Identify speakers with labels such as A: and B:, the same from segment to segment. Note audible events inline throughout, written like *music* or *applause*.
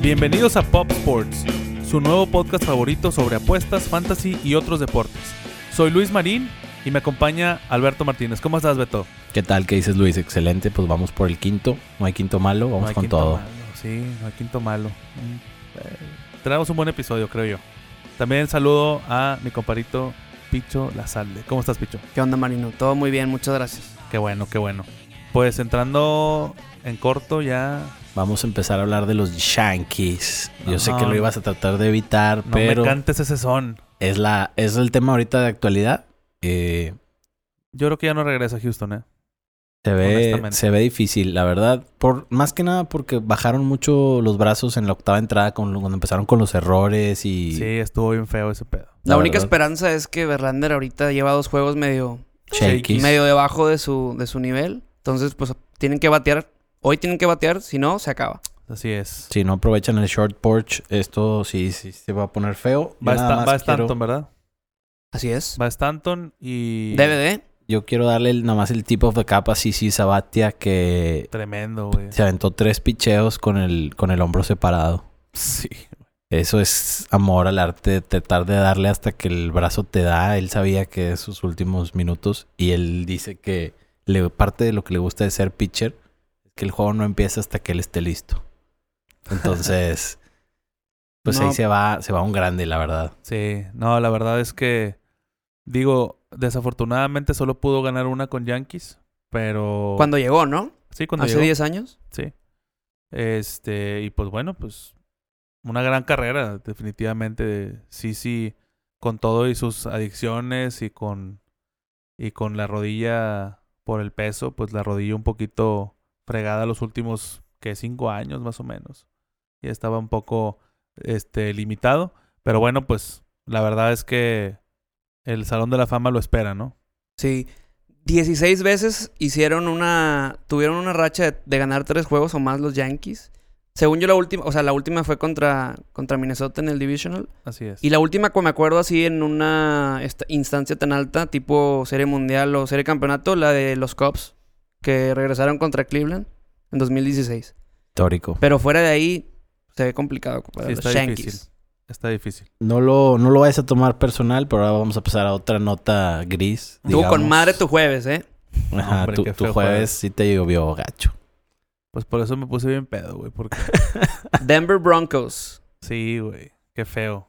A: Bienvenidos a Pop Sports, su nuevo podcast favorito sobre apuestas, fantasy y otros deportes. Soy Luis Marín y me acompaña Alberto Martínez. ¿Cómo estás, Beto?
B: ¿Qué tal? ¿Qué dices, Luis? Excelente, pues vamos por el quinto. No hay quinto malo,
A: No
B: vamos
A: hay
B: con
A: quinto
B: todo.
A: malo, Sí, no hay quinto malo. Mm, eh, Tenemos un buen episodio, creo yo. También saludo a mi comparito Picho Lazalde. ¿Cómo estás, Picho?
C: ¿Qué onda, Marino? Todo muy bien, muchas gracias.
A: Qué bueno, qué bueno. Pues entrando en corto ya
B: Vamos a empezar a hablar de los Yankees. Yo sé
A: Ajá.
B: que lo ibas a tratar de evitar,
A: no
B: pero
A: me cantes ese son.
B: es la es el tema ahorita de actualidad. Eh,
A: Yo creo que ya no regresa a Houston, ¿eh?
B: se ve
A: Honestamente.
B: se ve difícil, la verdad. Por más que nada porque bajaron mucho los brazos en la octava entrada con, lo- cuando empezaron con los errores y
A: Sí, estuvo bien feo ese pedo.
C: La, única
B: verdad,
C: esperanza es que Verlander ahorita lleva dos juegos medio,
B: shaky.
C: medio debajo de su, de su nivel. Entonces, pues tienen que batear. Hoy tienen que batear, si no, se acaba.
A: Así es.
B: Si no aprovechan el short porch, esto sí, sí se va a poner feo. Yo
A: Va,
B: nada
A: Stan-
B: más
A: va
B: quiero-
A: Stanton, ¿verdad?
C: Así es.
A: Va Stanton y...
C: DVD.
B: Yo quiero darle el- nada más el tip of the cap a Sisi Sabatia que
A: Tremendo, güey.
B: se aventó tres picheos con el, con el hombro separado.
A: Sí.
B: Eso es amor al arte, de tratar de darle hasta que el brazo te da. Él sabía que es sus últimos minutos y él dice que le, parte de lo que le gusta de ser pitcher es que el juego no empieza hasta que él esté listo. *laughs* Entonces, pues
C: No.
B: ahí se va, se va un grande, la verdad.
A: Sí. No, la verdad es que... Digo, desafortunadamente solo pudo ganar una con Yankees, pero...
C: Cuando llegó, ¿no?
A: Sí, Oh. cuando
C: Hace
A: llegó.
C: 10 años.
A: Este, y pues bueno, pues una gran carrera, definitivamente. Sí, sí, con todo y sus adicciones y con, y con la rodilla por el peso, pues la rodilla un poquito fregada los últimos, que cinco años más o menos. Ya estaba un poco, este, limitado. Pero bueno, pues la verdad es que el Salón de la Fama lo espera, ¿no?
C: Sí. 16 veces hicieron una. Tuvieron una racha de, de ganar tres juegos o más los Yankees. Según yo, la última. O sea, la última fue contra, contra Minnesota en el Divisional.
A: Así es.
C: Y la última que me acuerdo así en una esta- instancia tan alta, tipo Serie Mundial o Serie Campeonato, la de los Cubs, que regresaron contra Cleveland en 2016.
B: Histórico.
C: Pero fuera de ahí, se ve complicado para
A: Sí,
C: los
A: está
C: Yankees.
A: difícil. Está difícil.
B: No lo, no lo vayas a tomar personal, pero ahora vamos a pasar a otra nota gris.
C: Estuvo
B: digamos.
C: con madre tu jueves, ¿eh?
B: Ajá,
A: Hombre,
B: tu,
A: qué
B: tu
A: feo
B: jueves,
A: jueves.
B: sí te llovió gacho.
A: *laughs* Pues por eso me puse bien pedo, güey, porque...
C: Denver Broncos.
A: Sí, güey. Qué feo.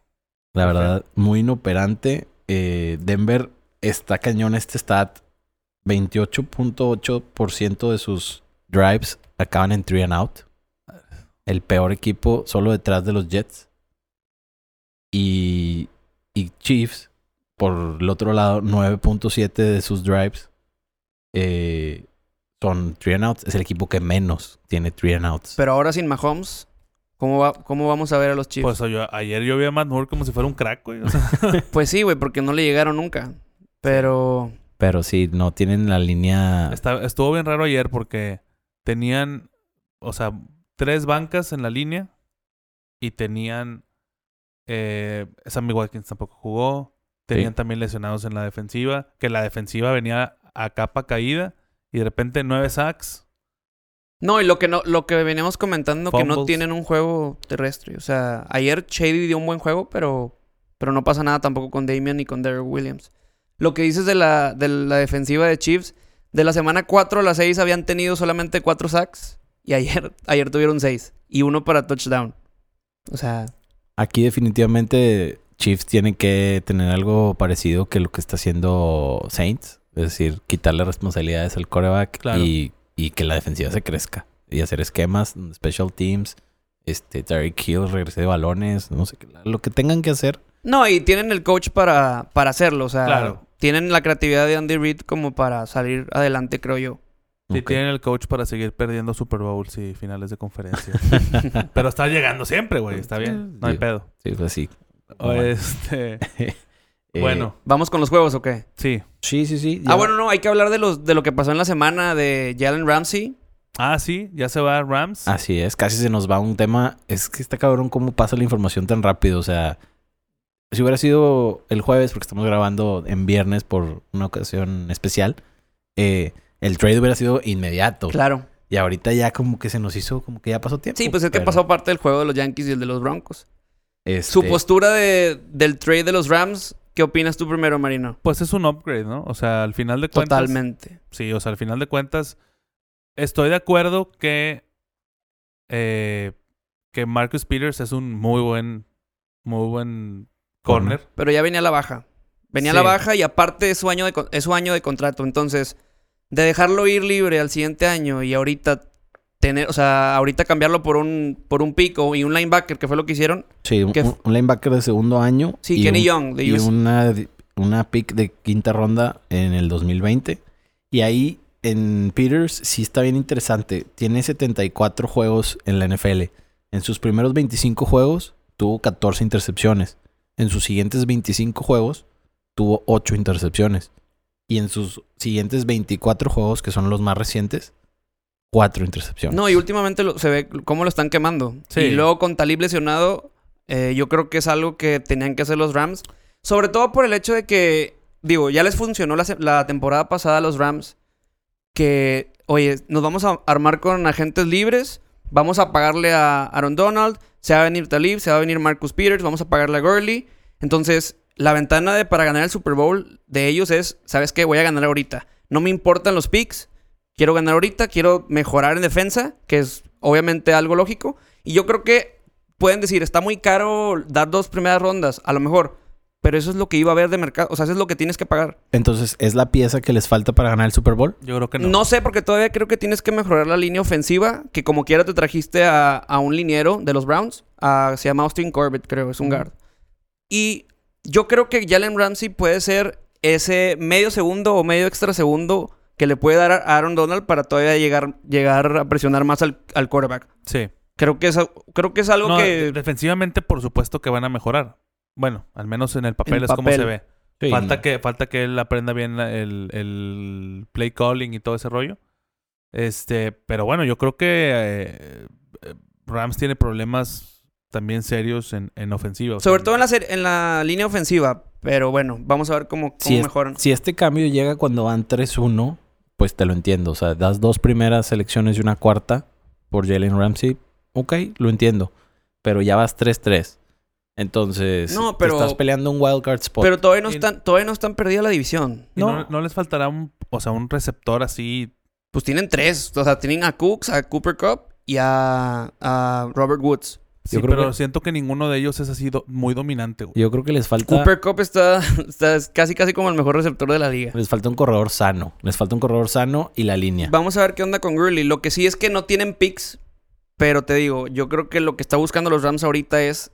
B: La
A: Qué feo.
B: verdad, muy inoperante. Eh, Denver está cañón este stat. 28.8% de sus drives acaban en three and out. El peor equipo solo detrás de los Jets. Y, y Chiefs, por el otro lado, 9.7 de sus drives eh, son three and outs. Es el equipo que menos tiene three and outs.
C: Pero ahora sin Mahomes, ¿cómo, va, cómo vamos a ver a los Chiefs?
A: Pues yo- ayer yo vi a Matt Moore como si fuera un crack, güey. O sea,
C: Pues sí, güey, porque no le llegaron nunca. Pero
B: Pero sí, no tienen la línea.
A: está- estuvo bien raro ayer porque tenían, o sea, tres bancas en la línea y tenían. Eh, Sammy Watkins tampoco jugó. Tenían también lesionados en la defensiva. Que la defensiva venía a capa caída y de repente nueve sacks.
C: No, y lo que no, lo que veníamos comentando, que no
A: Fumbles.
C: tienen un juego terrestre. O sea, ayer Shady dio un buen juego, pero, pero no pasa nada tampoco con Damian ni con Derrick Williams. Lo que dices de la, de la defensiva de Chiefs, de la semana 4 a la 6 habían tenido solamente 4 sacks y ayer, *laughs* ayer tuvieron 6 y uno para touchdown. O sea,
B: Aquí definitivamente Chiefs tiene que tener algo parecido que lo que está haciendo Saints. Es decir, quitarle responsabilidades al coreback
A: Claro.
B: y, y que la defensiva se crezca. Y hacer esquemas, special teams, este, Terry Hill, regrese de balones, no sé, qué, lo que tengan que hacer.
C: no, y tienen el coach para, para hacerlo. O sea,
A: Claro.
C: tienen la creatividad de Andy Reid como para salir adelante, creo yo.
A: Si
B: Ok.
A: tienen el coach para seguir perdiendo Super Bowls y finales de conferencia.
B: *laughs*
A: Pero está llegando siempre, güey. Está bien. No hay
B: Sí.
A: pedo.
B: *laughs* Sí, pues sí.
A: O
B: Bueno.
A: este.
B: Eh,
A: Bueno,
C: ¿Vamos con los juegos o qué?
A: sí.
B: Sí, sí, sí.
C: Ah,
B: ya.
C: bueno, no, hay que hablar de los de lo que pasó en la semana de Jalen Ramsey.
A: Ah, sí, ya se va Rams.
C: Ah,
B: Así es, casi se nos va un tema. Es que está cabrón cómo pasa la información tan rápido. O sea, si hubiera sido el jueves, porque estamos grabando en viernes por una ocasión especial, eh, el trade hubiera sido inmediato.
C: Claro.
B: Y ahorita ya como que se nos hizo, como que ya pasó tiempo.
C: Sí, pues es que
B: pero,
C: pasó parte del juego de los Yankees y el de los Broncos.
B: este,
C: Su postura de, del trade de los Rams, ¿qué opinas tú primero, Marino?
A: Pues es un upgrade, ¿no? O sea, al final de cuentas.
C: Totalmente.
A: Sí, o sea, al final de cuentas, estoy de acuerdo que, eh, que Marcus Peters es un muy buen, muy buen corner.
C: Pero ya venía a la baja. Venía a la
A: Sí.
C: baja y aparte es su, año de, con- es su año de contrato. Entonces, de dejarlo ir libre al siguiente año y ahorita tener, o sea, ahorita cambiarlo por un, por un pico y un linebacker, que fue lo que hicieron.
B: Sí, un,
C: que f-
B: un linebacker de segundo año.
C: Sí,
B: y
C: Kenny
B: un-
C: Young, de
B: Y
C: US.
B: una, una pick de quinta ronda en el 2020. Y ahí en Peters sí está bien interesante. Tiene 74 juegos en la NFL. En sus primeros 25 juegos tuvo 14 intercepciones. En sus siguientes 25 juegos tuvo 8 intercepciones. Y en sus siguientes 24 juegos, que son los más recientes, 4 intercepciones.
C: No, y últimamente lo- se ve cómo lo están quemando.
A: Sí.
C: Y luego con Talib lesionado, eh, yo creo que es algo que tenían que hacer los Rams. Sobre todo por el hecho de que, digo, ya les funcionó la, se- la temporada pasada a los Rams. Que, oye, nos vamos a armar con agentes libres. Vamos a pagarle a Aaron Donald. Se va a venir Talib, se va a venir Marcus Peters. Vamos a pagarle a Gurley. Entonces, la ventana de, para ganar el Super Bowl de ellos es, ¿sabes qué? Voy a ganar ahorita. No me importan los picks. Quiero ganar ahorita, quiero mejorar en defensa, que es obviamente algo lógico. Y yo creo que pueden decir, está muy caro dar dos primeras rondas, a lo mejor. Pero eso es lo que iba a haber de mercado. O sea, eso es lo que tienes que pagar.
B: Entonces, ¿es la pieza que les falta para ganar el Super Bowl?
A: Yo creo que no.
C: No sé, porque todavía creo que tienes que mejorar la línea ofensiva, que como quiera te trajiste a, a un liniero de los Browns, a- se llama Austin Corbett, creo, es un guard. Y yo creo que Jalen Ramsey puede ser ese medio segundo o medio extra segundo que le puede dar a Aaron Donald para todavía llegar, llegar a presionar más al, al quarterback.
A: Sí.
C: Creo que es, a- creo que es algo
A: No,
C: que...
A: Defensivamente, por supuesto que van a mejorar. Bueno, al menos en el papel
C: En
A: es como
C: papel.
A: se ve. falta, que, falta que él aprenda bien la- el, el play calling y todo ese rollo. Este, pero bueno, yo creo que eh, eh, Rams tiene problemas también serios en, en ofensiva. o sea,
C: Sobre todo en la, ser- en la línea ofensiva, pero bueno, vamos a ver cómo, cómo
B: Si es-
C: mejoran.
B: Si este cambio llega cuando van 3-1, pues te lo entiendo. O sea, das dos primeras selecciones y una cuarta por Jalen Ramsey. Ok, lo entiendo. Pero ya vas 3-3. Entonces,
C: No,
B: te
C: pero-
B: estás peleando un wildcard spot.
C: Pero todavía no,
A: en-
C: están, todavía no están perdida la división.
A: Y no.
B: no.
A: no les faltará un, o sea, un receptor así.
C: Pues tienen tres. O sea, tienen a Cooks, a Cooper Cup y a, a Robert Woods.
A: Sí,
B: Yo creo
A: pero
B: que-
A: siento que ninguno de ellos es así do- muy dominante, güey.
B: Yo creo que les falta,
C: Cooper Cup está, *laughs* está es casi casi como el mejor receptor de la liga.
B: les falta un corredor sano. Les falta un corredor sano y la línea.
C: Vamos a ver qué onda con Gurley. Lo que sí es que no tienen picks, pero te digo, yo creo que lo que está buscando los Rams ahorita es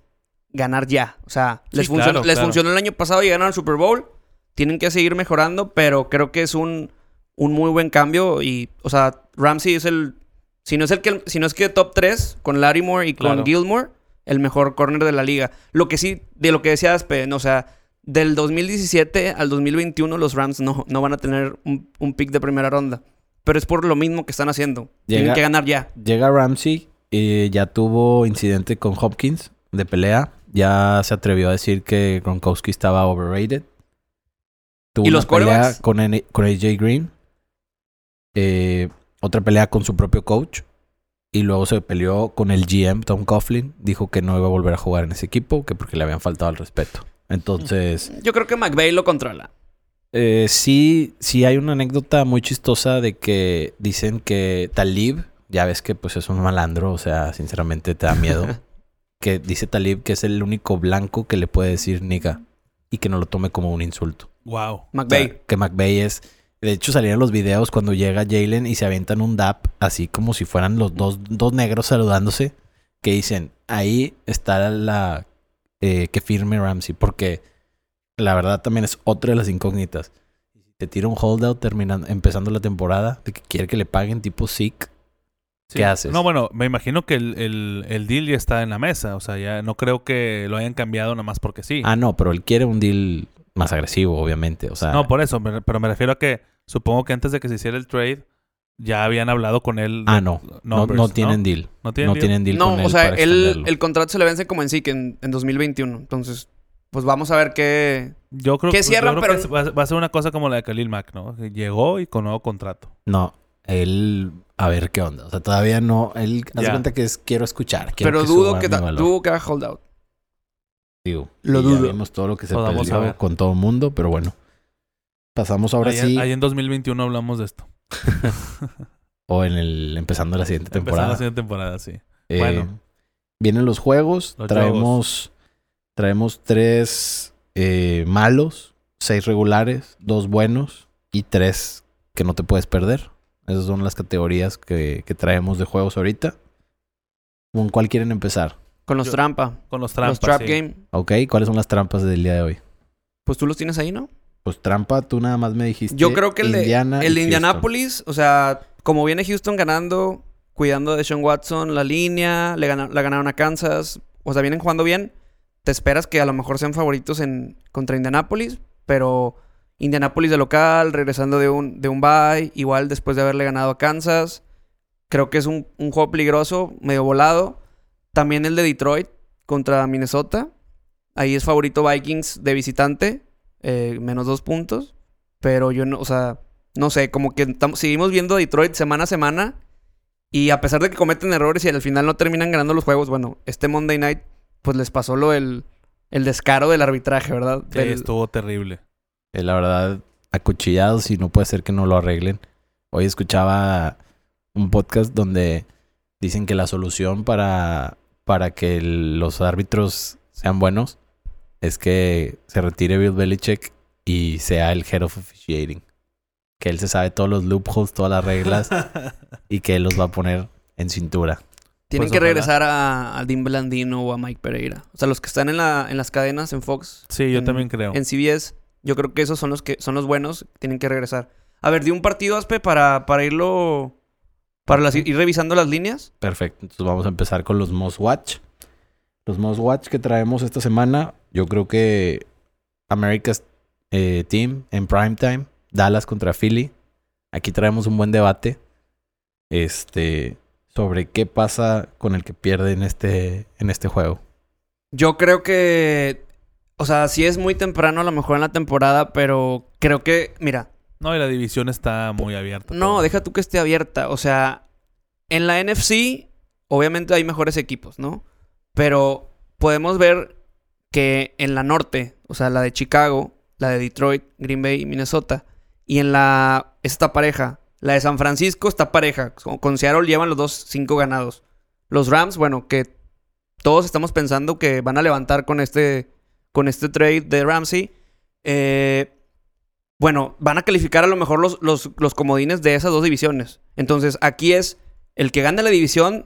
C: ganar ya. O sea,
A: Sí,
C: les, funcionó,
A: claro,
C: les
A: claro.
C: funcionó el año pasado y ganaron el Super Bowl. Tienen que seguir mejorando, pero creo que es un, un muy buen cambio. Y, o sea, Ramsey es el. Si no es, el que, si no es que top 3 con Larimore y con
A: Claro.
C: Gilmore, el mejor corner de la liga. Lo que sí, de lo que decía Aspen, o sea, del 2017 al 2021 los Rams no, no van a tener un, un pick de primera ronda. Pero es por lo mismo que están haciendo. Tienen
B: Llega-
C: que ganar ya.
B: Llega Ramsey, eh, ya tuvo incidente con Hopkins de pelea. Ya se atrevió a decir que Gronkowski estaba overrated. Tuvo
C: ¿Y
B: una
C: los
B: pelea
C: quarterbacks?
B: con, N- con AJ Green. Eh, otra pelea con su propio coach. Y luego se peleó con el GM, Tom Coughlin. Dijo que no iba a volver a jugar en ese equipo, que porque le habían faltado al respeto. Entonces,
C: Yo creo que McVay lo controla.
B: eh, sí, sí hay una anécdota muy chistosa de que dicen que Talib, ya ves que pues es un malandro, o sea, sinceramente te da miedo, que dice Talib que es el único blanco que le puede decir nigga y que no lo tome como un insulto.
A: Wow.
B: O sea,
C: McVay.
B: que McVeigh es... De hecho salieron los videos cuando llega Jalen y se avientan un dap, así como si fueran los dos, dos negros saludándose, que dicen, ahí está la... eh, que firme Ramsey, porque la verdad también es otra de las incógnitas. Te tira un holdout terminando, empezando la temporada, de que quiere que le paguen tipo sick.
A: Sí.
B: ¿Qué haces?
A: No, bueno, me imagino que el, el, el deal ya está en la mesa. O sea, ya no creo que lo hayan cambiado nada más porque sí.
B: Ah, no, pero él quiere un deal más agresivo, obviamente. O sea,
A: No, por eso, me- pero me refiero a que supongo que antes de que se hiciera el trade ya habían hablado con él. de
B: ah, no, no,
A: numbers,
B: no tienen deal.
A: No tienen
B: No
A: deal?
B: tienen deal.
C: No,
B: con él
C: o sea,
B: para
C: el,
B: extenderlo.
C: el contrato se le vence como en sí, que en, en 2021. Entonces, pues vamos a ver qué.
A: Yo creo
C: Que
A: yo
C: cierran,
A: creo
C: pero-
A: que va, a- va a ser una cosa como la de Khalil Mack, ¿no? Que Llegó y con nuevo contrato.
B: No, él a ver qué onda. O sea, todavía no. Él hace
A: Ya.
B: cuenta que es quiero escuchar. quiero
C: Pero
B: que
C: dudo
B: suba
C: que,
B: mi
C: ta-
B: valor.
C: dudo que haga holdout.
B: Digo,
C: Lo
B: y ya
C: dudo.
B: Vimos todo lo que se
A: Lo vamos a
B: peleó
A: ver.
B: con todo el mundo, pero bueno. Pasamos ahora
A: ahí,
B: sí.
A: ahí en 2021 hablamos de esto.
B: O en el. Empezando la siguiente
A: Empezando
B: temporada.
A: la siguiente temporada, sí.
B: Eh,
A: Bueno.
B: Vienen los juegos.
A: Los
B: traemos. Traemos tres eh, malos, seis regulares, dos buenos y tres que no te puedes perder. Esas son las categorías que, que traemos de juegos ahorita. ¿Con cuál quieren empezar?
C: Con los
A: Yo-
C: trampa.
A: Con los trampas.
C: los trap
A: sí.
C: game.
B: Ok, ¿cuáles son las trampas del día de hoy?
C: Pues tú los tienes ahí, ¿no?
B: Pues trampa, tú nada más me dijiste.
C: Yo creo que el de,
B: Indiana
C: el
B: y
C: de
B: Houston.
C: Indianapolis, o sea, como viene Houston ganando, cuidando de Sean Watson la línea, le gana- la ganaron a Kansas, o sea, vienen jugando bien. Te esperas que a lo mejor sean favoritos en contra Indianapolis, pero Indianapolis de local, regresando de un, de un bye, igual después de haberle ganado a Kansas. Creo que es un, un juego peligroso, medio volado. También el de Detroit contra Minnesota. Ahí es favorito Vikings de visitante, eh, menos dos puntos. Pero yo no, o sea, no sé, como que tam- seguimos viendo a Detroit semana a semana. Y a pesar de que cometen errores y al final no terminan ganando los juegos, bueno, este Monday night, pues les pasó lo del el descaro del arbitraje, ¿verdad?
A: Sí,
C: Del-
A: estuvo terrible.
B: Eh, la verdad, acuchillados y no puede ser que no lo arreglen. Hoy escuchaba un podcast donde dicen que la solución para, para que el- los árbitros sean buenos es que se retire Bill Belichick y sea el head of officiating. Que él se sabe todos los loopholes, todas las reglas
A: *laughs*
B: y que él los va a poner en cintura.
C: Tienen
A: pues,
C: que
A: ojalá.
C: regresar a, a Dean Blandino o a Mike Pereira. O sea, los que están en, la, en las cadenas, en Fox,
A: Sí, yo
C: En-
A: también creo.
C: en CBS, yo creo que esos son los que son los buenos, tienen que regresar. A ver, di un partido, Aspe, para, para irlo. Para las- ir revisando las líneas.
B: Perfecto, entonces vamos a empezar con los Most Watch. Los Most Watch que traemos esta semana, yo creo que America's eh, Team en primetime, Dallas contra Philly. Aquí traemos un buen debate este, sobre qué pasa con el que pierde en este, en este juego.
C: Yo creo que. O sea, sí es muy temprano, a lo mejor en la temporada, pero creo que. Mira,
A: No, y la división está muy abierta.
C: no,
A: todo.
C: deja tú que esté abierta. O sea, en la NFC, obviamente hay mejores equipos, ¿no? Pero podemos ver que en la norte, o sea, la de Chicago, la de Detroit, Green Bay y Minnesota, y en la. Esta pareja, la de San Francisco está pareja. Con con Seattle llevan los dos cinco ganados. Los Rams, bueno, que todos estamos pensando que van a levantar con este, con este trade de Ramsey. Eh, bueno, van a calificar a lo mejor los, los, los comodines de esas dos divisiones. Entonces, aquí es el que gane la división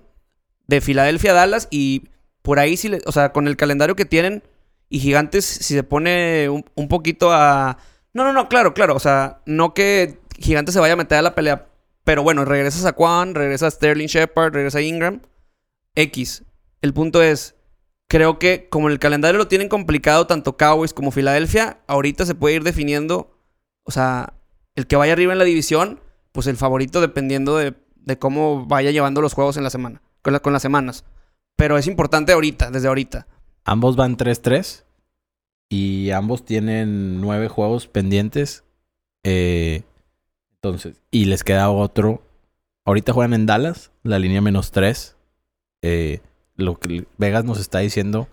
C: de Filadelfia a Dallas y por ahí, sí le- o sea, con el calendario que tienen y Gigantes, si se pone un, un poquito a... No, no, no, claro, claro. O sea, no que Gigantes se vaya a meter a la pelea. Pero bueno, regresas a Juan, regresa a Sterling Shepard, regresa a Ingram. X. El punto es, creo que como el calendario lo tienen complicado tanto Cowboys como Filadelfia, ahorita se puede ir definiendo, o sea, el que vaya arriba en la división, pues el favorito dependiendo de, de cómo vaya llevando los juegos en la semana, con, la- con las semanas. Pero es importante ahorita, desde ahorita.
B: Ambos van 3-3 y ambos tienen nueve juegos pendientes. Eh, entonces, y les queda otro. Ahorita juegan en Dallas, la línea menos 3. lo que Vegas nos está diciendo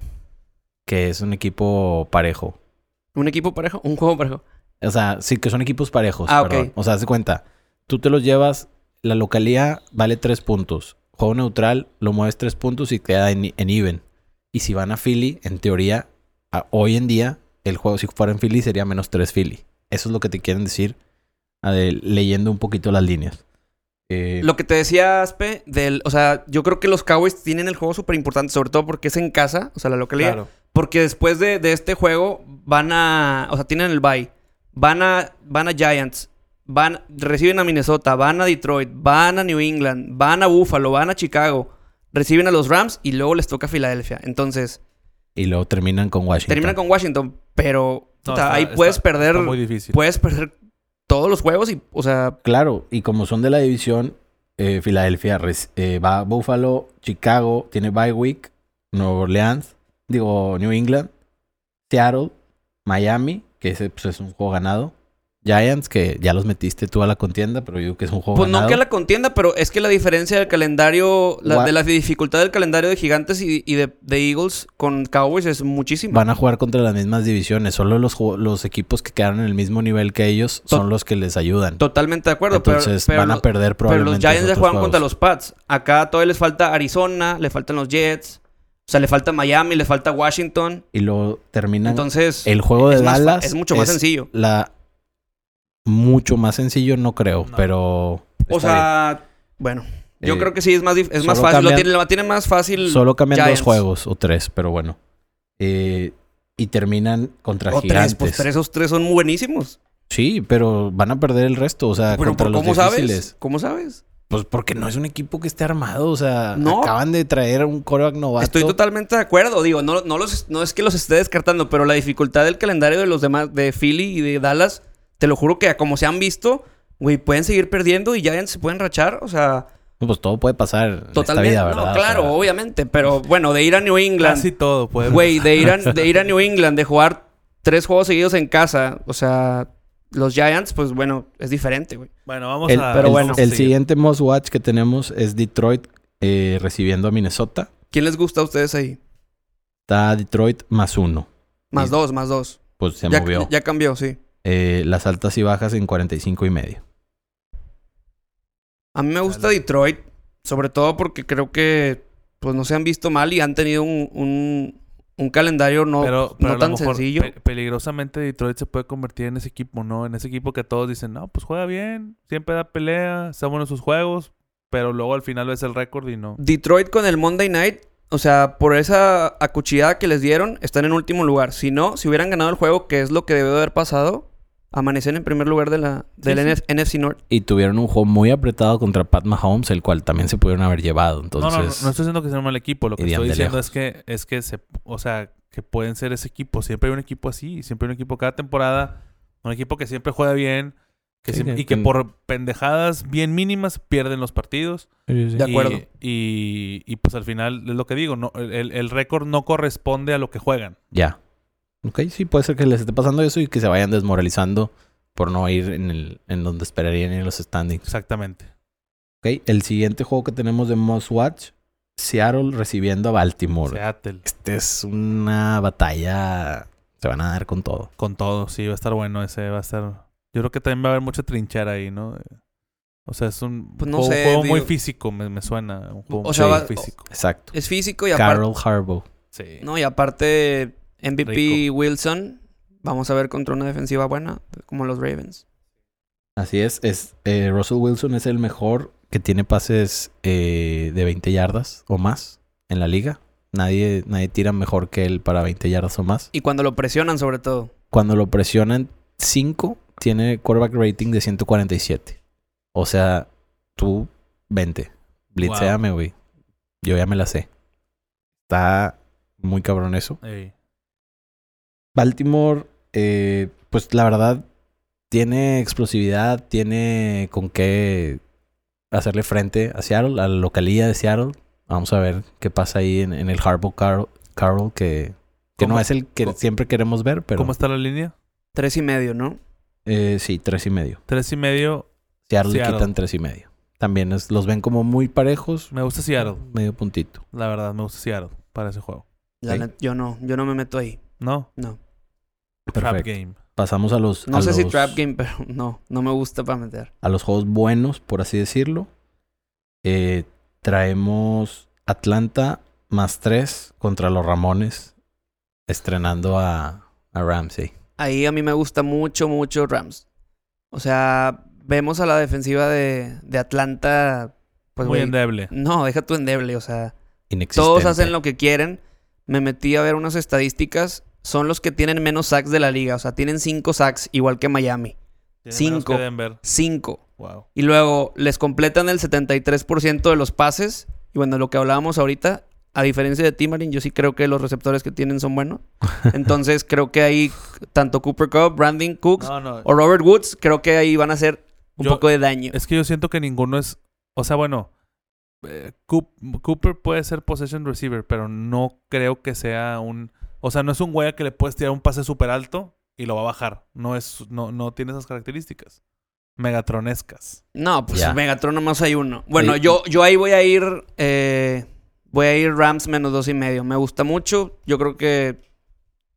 B: que es un equipo parejo.
C: ¿Un equipo parejo? ¿Un juego parejo?
B: O sea, sí, que son equipos parejos.
C: Ah, ok.
B: perdón. O sea, haz de cuenta. Tú te los llevas, la localía vale tres puntos. Juego neutral, lo mueves tres puntos y queda en, en even. Y si van a Philly, en teoría, a- hoy en día, el juego, si fuera en Philly, sería menos tres Philly. Eso es lo que te quieren decir a de- leyendo un poquito las líneas. Eh,
C: Lo que te decía Aspe, del, o sea, yo creo que los Cowboys tienen el juego súper importante, sobre todo porque es en casa, o sea, la localidad.
A: Claro.
C: Porque después de, de este juego van a. O sea, tienen el bye. Van a, van a Giants. Van, reciben a Minnesota. Van a Detroit. Van a New England. Van a Buffalo. Van a Chicago. Reciben a los Rams y luego les toca a Filadelfia. Entonces,
B: y luego terminan con Washington.
C: termina con Washington. Pero
A: No,
C: o sea,
A: está-
C: ahí
A: está-
C: puedes
A: está
C: perder.
A: muy difícil.
C: Puedes perder todos los juegos y, o sea,
B: Claro, y como son de la división, eh, Filadelfia reci- eh, va a Buffalo, Chicago, tiene bye week, Nueva Orleans, digo New England, Seattle, Miami, que ese pues, es un juego ganado, Giants, que ya los metiste tú a la contienda, pero yo digo que es un juego
C: Pues no
B: ganado.
C: que la contienda, pero es que la diferencia del calendario, la-
B: Gua-
C: de la dificultad del calendario de Gigantes y, y de, de Eagles con Cowboys es muchísima.
B: Van a jugar contra las mismas divisiones. Solo los, ju- los equipos que quedaron en el mismo nivel que ellos son los que les ayudan.
C: Totalmente de acuerdo, pero-
B: Entonces
C: pero,
B: van
C: lo-
B: a perder
C: pero
B: probablemente.
C: los Giants ya
B: otros
C: juegan contra
B: juegos.
C: los Pats. Acá todavía les falta Arizona, le faltan los Jets, o sea, le falta Miami, le falta Washington.
B: Y lo terminan.
C: Entonces,
B: el juego de
C: es, más fa-
B: Dallas
C: es mucho más sencillo.
B: La mucho más sencillo, no creo,
A: No.
B: pero.
C: O
B: está
C: sea, bueno, yo
B: Eh,
C: creo que sí es más, dif- es más
B: solo
C: fácil. lo,
B: cambian-
C: tiene, lo tiene más fácil.
B: bien. solo cambian
C: Giants.
B: dos juegos o tres, pero bueno. Eh, y terminan contra
C: o tres,
B: gigantes.
C: pues tres, esos tres son muy buenísimos.
B: Sí, pero van a perder el resto, o sea,
C: Pero
B: Ah, contra
C: ¿por
B: los
C: ¿cómo
B: difíciles.
C: sabes? ¿Cómo sabes?
B: Pues porque no es un equipo que esté armado, o sea,
C: No.
B: acaban de traer un coreback novato.
C: Estoy totalmente de acuerdo. Digo, no, no, los, no es que los esté descartando, pero la dificultad del calendario de los demás, de Philly y de Dallas, te lo juro que a como se han visto, güey, pueden seguir perdiendo y Giants se pueden rachar. O sea,
B: No, Pues todo puede pasar en
C: totalmente.
B: esta vida,
C: no,
B: ¿verdad? O
C: claro,
B: sea,
C: obviamente. Pero bueno, de ir a New England.
A: Casi todo puede.
C: Güey, de, ir a- de ir a New England, de jugar tres juegos seguidos en casa, o sea, los Giants, pues bueno, es diferente, güey.
A: Bueno, vamos
B: el,
A: a.
C: pero
B: el-
C: bueno.
A: vamos a
B: el
A: seguir.
B: siguiente most watch que tenemos es Detroit eh, recibiendo a Minnesota.
C: ¿Quién les gusta a ustedes ahí?
B: Está Detroit más uno.
C: Más
B: Y-
C: dos, más dos.
B: Pues se
C: ya,
B: movió.
C: ya cambió, sí.
B: Eh, las altas y bajas en 45 y medio.
C: A mí me gusta Detroit, sobre todo porque creo que pues no se han visto mal y han tenido un, un, un calendario no,
A: Pero, pero a
C: no
A: lo
C: tan
A: mejor
C: sencillo.
A: pe- peligrosamente Detroit se puede convertir en ese equipo, ¿no? En ese equipo que todos dicen, no, pues juega bien, siempre da pelea, está bueno en sus juegos, pero luego al final ves el récord y no.
C: Detroit con el Monday Night, o sea, por esa acuchillada que les dieron, están en último lugar. Si no, si hubieran ganado el juego, que es lo que debió de haber pasado, amanecen en primer lugar de la, del
A: Sí,
C: NF NFC North.
B: Y tuvieron un juego muy apretado contra Pat Mahomes, el cual también se pudieron haber llevado.
A: No,
B: Entonces,
A: no, no, no estoy diciendo que sea un mal equipo, lo que
B: irían
A: estoy
B: de
A: diciendo
B: lejos.
A: es que, es que se, o sea, que pueden ser ese equipo. Siempre hay un equipo así, siempre hay un equipo cada temporada, un equipo que siempre juega bien, que
B: Sí,
A: siempre-
B: que
A: y que
B: ten-
A: por pendejadas bien mínimas pierden los partidos.
C: De
A: Y-
C: acuerdo.
A: Y, y, pues al final es lo que digo, no, el, el récord no corresponde a lo que juegan.
B: Ya. Ok, sí, puede ser que les esté pasando eso y que se vayan desmoralizando por no ir en, el, en donde esperarían en los standings.
A: Exactamente.
B: Ok, el siguiente juego que tenemos de Most Watch, Seattle recibiendo a Baltimore.
A: Seattle.
B: Este es una batalla... Se van a dar con todo.
A: Con todo, sí, va a estar bueno ese, va a estar... Yo creo que también va a haber mucha trinchera ahí, ¿no? O sea, es un
C: Pues no
A: juego,
C: sé,
A: juego muy
C: digo-
A: físico, me, me suena. Un juego
C: O sea,
A: muy
C: va-
A: físico.
B: Exacto.
C: Es físico y aparte,
B: Carol Harbaugh.
A: Sí.
C: no, y aparte MVP Wilson, vamos a ver contra una defensiva buena como los Ravens.
B: Así es. es eh, Russell Wilson es el mejor que tiene pases eh, de 20 yardas o más en la liga. Nadie, nadie tira mejor que él para 20 yardas o más.
C: Y cuando lo presionan sobre todo.
B: cuando lo presionan 5, tiene quarterback rating de 147. O sea, tú vente. Blitzeame, güey. Yo ya me la sé. Está muy cabrón eso.
A: Ey.
B: Baltimore, eh, pues la verdad, tiene explosividad, tiene con qué hacerle frente a Seattle, a la localía de Seattle. Vamos a ver qué pasa ahí en, en el Harbaugh Carl, Carl que, que
A: ¿Cómo-
B: no es el que
A: cómo-
B: siempre queremos ver, pero
A: ¿Cómo está la línea?
C: Tres y medio, ¿no?
B: eh, sí, tres y medio.
A: Tres y medio.
B: Seattle, le
A: Seattle.
B: quitan tres y medio. También es- los ven como muy parejos.
A: Me gusta Seattle,
B: Medio puntito.
A: la verdad, me gusta Seattle para ese juego.
C: La
B: Sí.
C: net- yo no, yo no me meto ahí.
A: ¿No?
C: No.
A: Trap
B: Perfecto.
A: Game.
B: Pasamos a los,
C: No
B: a
C: sé si
B: los-
C: trap game, *laughs* pero no, no me gusta para meter.
B: a los juegos buenos, por así decirlo. Eh, traemos Atlanta más tres contra los Ramones, estrenando a, a Ramsey.
C: Ahí a mí me gusta mucho, mucho Rams. O sea, vemos a la defensiva de, de Atlanta, pues
A: muy
C: güey,
A: endeble.
C: No, deja tu endeble, o sea,
B: Inexistente.
C: todos hacen lo que quieren. Me metí a ver unas estadísticas, son los que tienen menos sacks de la liga, o sea, tienen cinco sacks igual que Miami,
A: Tiene menos que
C: Cinco.
A: Denver.
C: cinco.
A: Wow.
C: Y luego les completan el 73% de los pases. Y bueno, lo que hablábamos ahorita, a diferencia de Timarin, yo sí creo que los receptores que tienen
B: *laughs*
C: son buenos. Entonces creo que ahí, tanto Cooper Cup, Brandon Cooks
A: No, no.
C: o Robert Woods, creo que ahí van a hacer un
A: Yo-
C: poco de daño.
A: Es que yo siento que ninguno es. O sea, bueno. eh, Coop- Cooper puede ser possession receiver, pero no creo que sea un. O sea, no es un güey a que le puedes tirar un pase súper alto y lo va a bajar. No, es, no, no tiene esas características. Megatronescas.
C: No, pues
B: Ya.
C: Megatron nomás hay uno. Bueno,
B: Sí.
C: yo, yo ahí voy a ir. eh, voy a ir Rams menos dos y medio. Me gusta mucho. Yo creo que.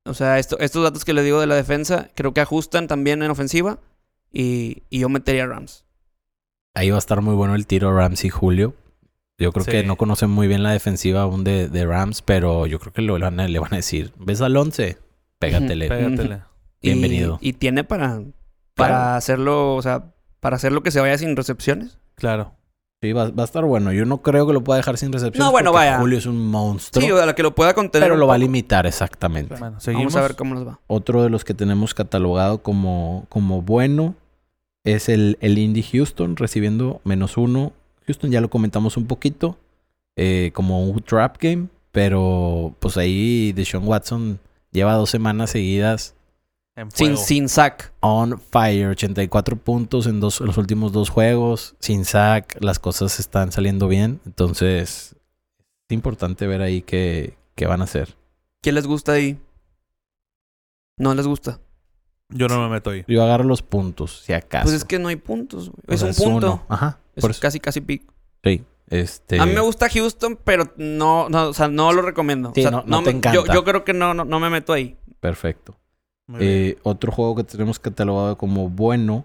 C: O sea, esto- estos datos que le digo de la defensa, creo que ajustan también en ofensiva. Y, y yo metería Rams.
B: Ahí va a estar muy bueno el tiro Ramsey Julio. Yo creo que
A: Sí.
B: no conocen muy bien la defensiva aún de, de Rams, pero yo creo que lo van a- le van a decir, ves al 11, pégatele.
C: Ujú.
A: Pégatele.
C: Y-
B: Bienvenido.
C: Y, tiene para, para
B: Claro.
C: hacerlo. O sea, para hacerlo que se vaya sin recepciones.
A: Claro.
B: Sí, va, va a estar bueno. Yo no creo que lo pueda dejar sin recepción.
C: No, bueno, vaya.
B: Julio es un monstruo,
C: Sí, o a la que lo pueda contener.
B: pero
C: un
B: lo va a
C: poco.
B: limitar exactamente.
A: Bueno, seguimos.
C: Vamos a ver cómo nos va.
B: Otro de los que tenemos catalogado como, como bueno es el, el Indy Houston, recibiendo menos uno. Houston ya lo comentamos un poquito, eh, como un trap game, pero pues ahí Deshaun Watson lleva dos semanas seguidas
A: En fuego.
C: Sin, sin sack.
B: on fire, 84 puntos en dos, los últimos dos juegos, sin sack, las cosas están saliendo bien, entonces es importante ver ahí qué, qué van a hacer.
C: ¿Quién les gusta ahí? No les gusta.
A: Yo no me meto ahí.
B: Yo agarro los puntos, si acaso.
C: Pues es que no hay puntos, güey.
B: O
C: Pues Es
B: sea,
C: un punto.
B: uno. Ajá.
C: Es
B: por eso.
C: casi, casi pick.
B: Sí, este.
C: A mí me gusta Houston, pero no, no, o sea, no lo recomiendo.
B: Sí,
C: O sea,
B: no- no te
C: me-
B: encanta.
C: Yo, yo creo que no, no, no me meto ahí.
B: Perfecto.
A: Muy bien.
B: Eh, otro juego que tenemos catalogado como bueno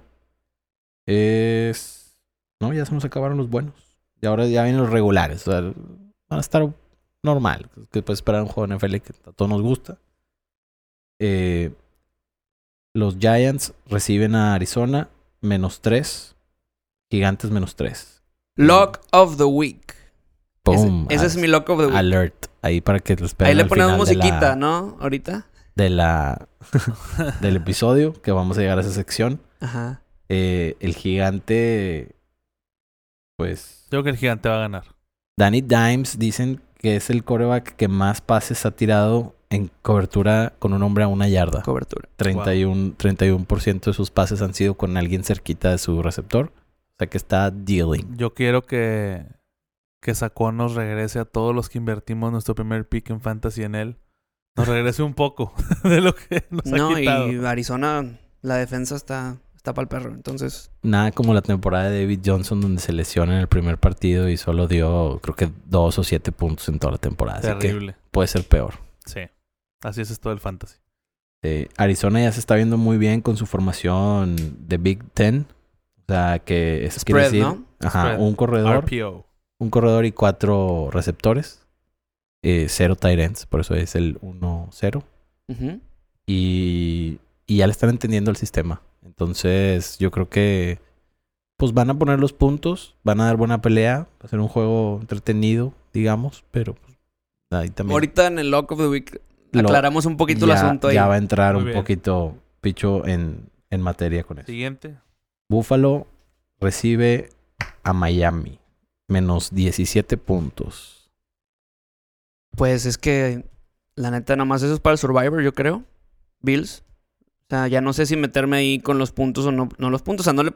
B: es. No, ya se nos acabaron los buenos. Y ahora ya vienen los regulares. o sea, van a estar normal. Que puedes esperar un juego en NFL que a todos nos gusta. Eh, los Giants reciben a Arizona menos 3. Gigantes menos 3.
C: Lock of the week. Ese-
B: Mm. ¡Pum!
C: Ese, es mi lock of the week.
B: Alert. Ahí para que lo esperen.
C: ahí le
B: al
C: ponemos
B: final de la-
C: musiquita, ¿no? Ahorita.
B: de la *laughs* del episodio que vamos a llegar a esa sección.
C: Ajá.
B: Eh, el gigante, pues
A: Creo que el gigante va a ganar.
B: Danny Dimes dicen que es el coreback que más pases ha tirado en cobertura con un hombre a una yarda.
C: Cobertura.
B: 31, 31% de sus pases han sido con alguien cerquita de su receptor. O sea que está dealing.
A: Yo quiero que, que Sacón nos regrese a todos los que invertimos nuestro primer pick en Fantasy en él. Nos regrese un poco *laughs* de lo que nos ha
C: No,
A: quitado.
C: y Arizona, la defensa está, está para el perro. Entonces,
B: Nada como la temporada de David Johnson donde se lesiona en el primer partido y solo dio creo que dos o siete puntos en toda la temporada. Así que
A: Terrible.
B: puede ser peor.
A: Sí. Así es esto del fantasy.
B: Eh, Arizona ya se está viendo muy bien con su formación de Big Ten. O sea, que es quiere
C: spread,
B: decir,
C: ¿no?
B: ajá,
A: Spread.
B: un corredor,
A: RPO.
B: un corredor y cuatro receptores. Eh, cero tight ends, por eso es el 1-0.
C: Ujú.
B: Y, y ya le están entendiendo el sistema. Entonces, yo creo que pues van a poner los puntos, van a dar buena pelea, va a ser un juego entretenido, digamos, pero pues, ahí también
C: Ahorita en el lock of the week
B: Lo-
C: aclaramos un poquito el
B: ya-
C: asunto ahí.
B: ya va a entrar
A: Muy
B: un
A: bien.
B: poquito picho en, en materia con eso.
A: Siguiente.
B: Buffalo recibe a Miami. Menos 17 puntos.
C: Pues es que la neta, nada más eso es para el Survivor, yo creo. Bills. O sea, ya no sé si meterme ahí con los puntos o no, no los puntos. O sea, no le...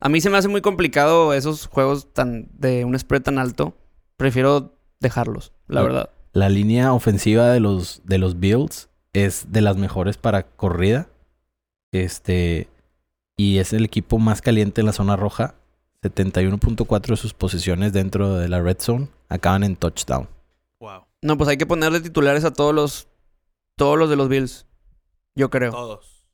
C: A mí se me hace muy complicado esos juegos tan de un spread tan alto. Prefiero dejarlos, la
B: Ok.
C: verdad.
B: La línea ofensiva de los, de los Bills es de las mejores para corrida. Este. Y es el equipo más caliente en la zona roja. 71.4 de sus posiciones dentro de la red zone acaban en touchdown.
A: Wow.
C: No, pues hay que ponerle titulares a todos los... Todos los de los Bills. Yo creo.
A: Todos.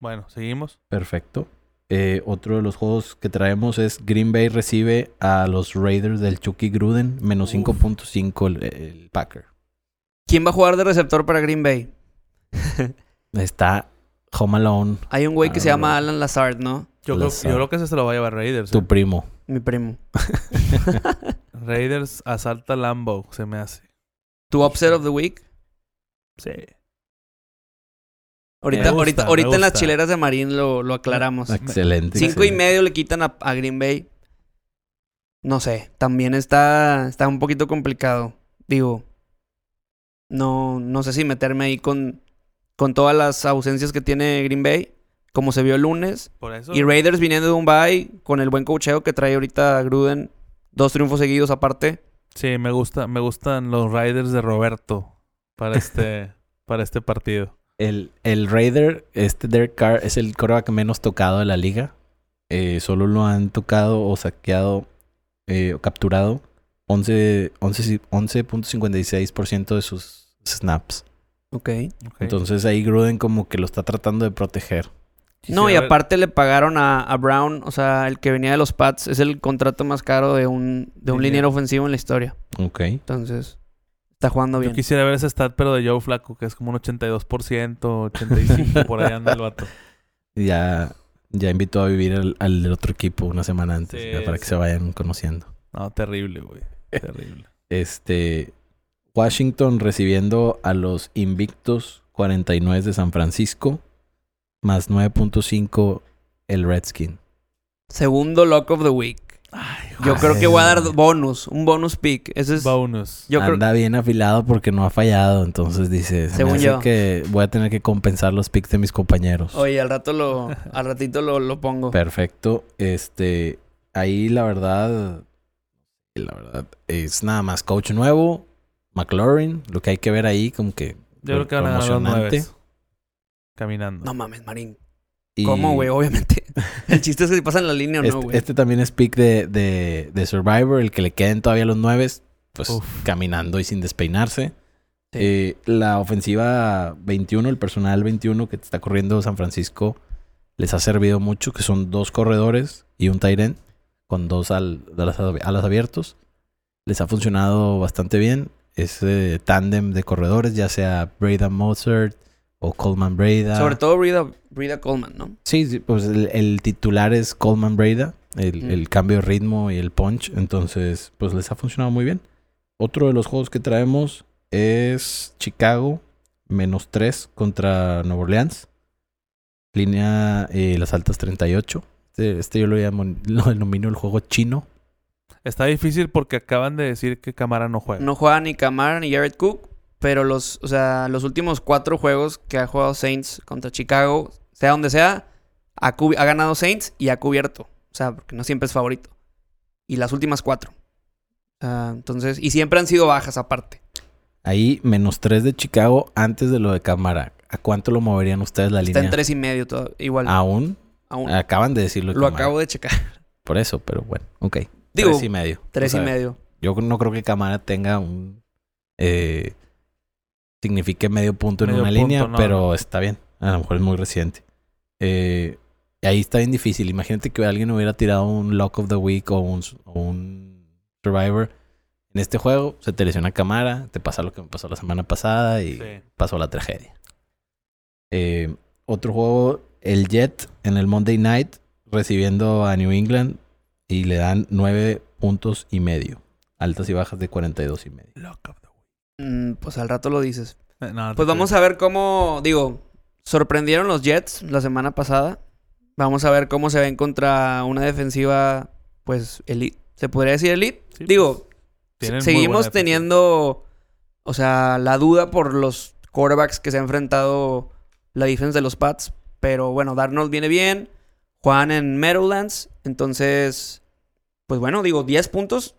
A: Bueno, seguimos.
B: Perfecto. Eh, otro de los juegos que traemos es Green Bay recibe a los Raiders del Chucky Gruden. Menos
A: Uf.
B: 5.5 el, el Packer.
C: ¿Quién va a jugar de receptor para Green Bay?
B: Está Home Alone,
C: Hay un güey que
B: Ah,
C: se llama
B: no.
C: Alan Lazard, ¿no?
A: Yo, creo,
B: Los, ah.
A: yo creo que ese se lo va a llevar Raiders.
B: tu
A: eh.
B: primo.
C: Mi primo. *laughs*
A: Raiders asalta Lambo, se me hace.
C: ¿Tu upset of the week?
A: Sí.
C: Ahorita,
A: Me gusta,
C: ahorita,
A: me
C: ahorita en las
A: gusta. Ah,
C: chileras de Marín lo, lo aclaramos.
B: Excelente.
C: Cinco y
B: excelente.
C: medio le quitan a, a Green Bay. No sé, también está, está un poquito complicado. Digo, no, no sé si meterme ahí con, con todas las ausencias que tiene Green Bay, como se vio el lunes.
A: Por eso.
C: Y Raiders viniendo de un bye, con el buen cocheo que trae ahorita Gruden, dos triunfos seguidos aparte.
A: Sí,
B: *laughs*
A: me gusta, me gustan los Raiders de Roberto para este, para este partido.
B: El, el Raider, este Derek Carr, es el coreback menos tocado de la liga. Eh, solo lo han tocado o saqueado eh, o capturado 11 11 11.56% de sus snaps.
C: Ok.
A: Ok.
B: Entonces ahí Gruden como que lo está tratando de proteger.
A: Quisiera
C: No, y
A: ver-
C: aparte le pagaron a, a Brown, o sea, el que venía de los Pats, es el contrato más caro de un, de un
A: Sí,
C: liniero ofensivo en la historia.
B: Ok.
C: Entonces, está jugando
A: Yo
C: bien.
A: quisiera ver ese stat, pero de Joe Flaco, que es como un 82%, 85%, por
C: *laughs*
A: ahí anda el vato.
B: Ya, ya invitó a vivir al, al del otro equipo una semana antes
A: Sí,
B: ya, para que
A: sí.
B: se vayan conociendo.
A: No, terrible, güey.
C: *laughs*
A: Terrible.
B: Este Washington recibiendo a los invictos 49 de San Francisco más 9.5 el Redskin.
C: Segundo lock of the week. Yo
B: joder.
C: creo que voy a dar bonus, un bonus pick. Ese es.
A: Bonus.
C: Yo creo,
B: Anda bien afilado porque no ha fallado, entonces dice, se me
C: Según
B: hace
C: yo.
B: que voy a tener que compensar los picks de mis compañeros.
C: Oye, al rato lo, al ratito lo, lo pongo.
B: Perfecto. Este, ahí la verdad, la verdad, es nada más coach nuevo, McLaurin, lo que hay que ver ahí, como que...
A: Yo creo que van a ganar los
B: Promocionante.
A: nueve. Caminando.
C: No mames, Marín.
B: y-
C: ¿Cómo, güey? Obviamente. *laughs* El chiste es que si pasan la línea o no,
B: Este,
C: güey.
B: este también es pick de, de, de Survivor, el que le queden todavía los nueve, pues
A: Uf.
B: caminando y sin despeinarse.
C: Sí.
B: Eh, la ofensiva 21, el personal 21 que está corriendo San Francisco, les ha servido mucho, que son dos corredores y un tight end con dos al- alas, alas abiertos. Les ha funcionado bastante bien ese tándem de corredores, ya sea Breda Mozart o Coleman Breda.
C: Sobre todo Brida, Brida Coleman, ¿no?
B: Sí, sí, pues el, el titular es Coleman Breda, el,
C: Mm.
B: el cambio de ritmo y el punch, entonces pues les ha funcionado muy bien. Otro de los juegos que traemos es Chicago, menos 3 contra Nueva Orleans, línea eh, las altas 38. Este, este yo lo, llamo, *laughs* lo denomino el juego chino.
A: Está difícil porque acaban de decir que Camara no juega.
C: No juega ni Camara ni Jared Cook, pero los, o sea, los últimos cuatro juegos que ha jugado Saints contra Chicago, sea donde sea, ha, cu- ha ganado Saints y ha cubierto. O sea, porque no siempre es favorito. Y las últimas cuatro. Ah, entonces, y siempre han sido bajas aparte.
B: Ahí menos 3 de Chicago antes de lo de Cámara. ¿A cuánto lo moverían ustedes la
C: Está en
B: línea? Ah,
C: tres y medio todo, igual.
B: Aún
C: aún.
B: acaban de decirlo. de
C: Lo
B: Camara.
C: acabo de checar.
B: Por eso, pero bueno, ok.
C: Digo,
B: tres y medio.
C: tres
B: O
C: y
B: sea,
C: medio.
B: Yo no creo que Camara tenga un. eh, signifique medio punto en
A: Medio
B: una
A: punto,
B: línea,
A: no,
B: pero está bien. A lo mejor es muy reciente. Eh, ahí está bien difícil. Imagínate que alguien hubiera tirado un Lock of the Week o un, o un Survivor en este juego. Se te lesiona Camara, te pasa lo que me pasó la semana pasada y
A: Sí.
B: pasó la tragedia. Eh, otro juego, el Jet en el Monday Night, recibiendo a New England y le dan nueve puntos y medio. Altas y bajas de 42 y medio.
A: Lock of the week.
C: Mm, pues al rato lo dices.
A: Eh, no, no
C: Pues
A: te
C: vamos a ver cómo, digo, sorprendieron los Jets la semana pasada. Vamos a ver cómo se ven contra una defensiva, pues, elite. ¿Se podría decir elite?
A: Sí, pues,
C: digo,
A: Tienen
C: se-
A: muy buena
C: seguimos
A: defensa.
C: teniendo, o sea, la duda por los quarterbacks que se ha enfrentado la defensa de los Pats. Pero bueno, Darnold viene bien. Juan en Meadowlands. Entonces, pues bueno, digo, 10 puntos.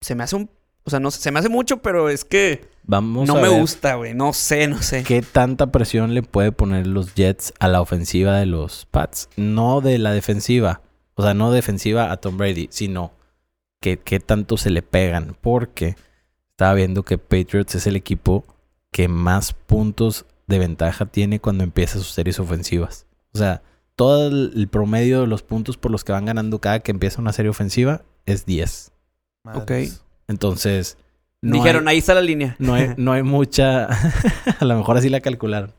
C: Se me hace un... O sea, no sé, se me hace mucho, pero es que
B: Vamos
C: no
B: a
C: me
B: ver
C: gusta, güey. No sé, no sé.
B: qué tanta presión le puede poner los Jets a la ofensiva de los Pats. No de la defensiva. O sea, no defensiva a Tom Brady, sino que, qué tanto se le pegan. Porque estaba viendo que Patriots es el equipo que más puntos de ventaja tiene cuando empieza sus series ofensivas. O sea, todo el, el promedio de los puntos por los que van ganando cada que empieza una serie ofensiva es 10.
A: Madres.
B: Entonces, no hay-
C: Dijeron, ahí está la línea.
B: no
A: *laughs*
B: hay, no hay mucha. *laughs* a lo mejor así la calcularon.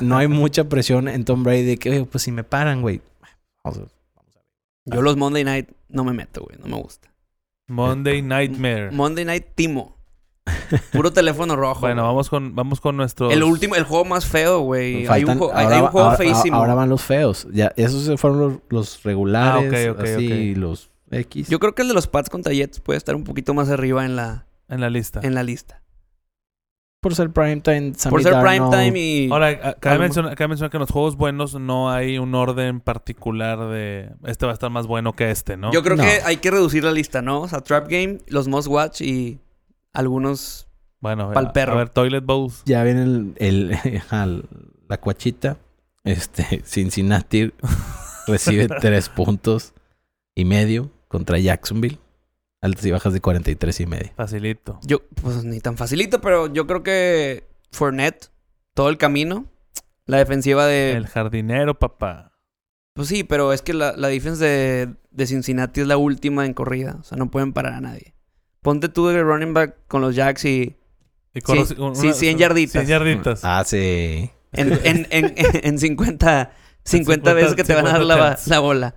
B: No hay mucha presión en Tom Brady de que, oye, pues si me paran, güey. Vamos a- Ah.
C: Yo los Monday Night no me meto, güey. No me gusta.
A: Monday Nightmare.
C: Monday Night
B: *laughs*
C: Timo. Puro teléfono rojo.
A: bueno,
C: güey.
A: vamos con, vamos con nuestro.
C: El último, el juego más feo, güey. Hay
B: faltan-
C: un, juego- hay- hay
B: ahora-
C: un juego
B: ahora-
C: feísimo.
B: Ahora van los feos. Ya, esos se fueron los, los regulares.
A: Ah, ok, ok,
B: así,
A: ok.
B: los X.
C: Yo creo que el de los Pats contra Jets puede estar un poquito más arriba en la,
A: en la lista.
C: en la lista.
B: por ser primetime,
C: Por ser prime time y...
A: Ahora, a- cabe
C: Algo.
A: mencionar, cabe mencionar que en los juegos buenos no hay un orden particular de este va a estar más bueno que este, ¿no?
C: Yo creo
B: No.
C: que hay que reducir la lista, ¿no? O sea, Trap Game, los Most Watch y algunos...
A: bueno,
C: pa'l
A: a-
C: perro.
A: a ver, Toilet Bowls.
B: Ya viene el, *laughs* el- ajá, la cuachita. Este, *laughs* Cincinnati
C: *laughs*
B: recibe tres puntos y medio contra Jacksonville. Altas y bajas de 43 y medio.
A: Facilito.
C: Yo, pues ni tan facilito, pero yo creo que Fournette, todo el camino. La defensiva de.
A: El jardinero, papá.
C: Pues sí, pero es que la, la defensa de, de Cincinnati es la última en corrida. O sea, no pueden parar a nadie. Ponte tú de running back con los Jacks y
A: Y
C: Sí, sí, 100 yarditas.
A: 100 yarditas.
B: Ah, sí. *laughs*
C: en, en, en, en 50, 50
A: 50
C: veces que te van a dar la,
A: 50
C: la bola.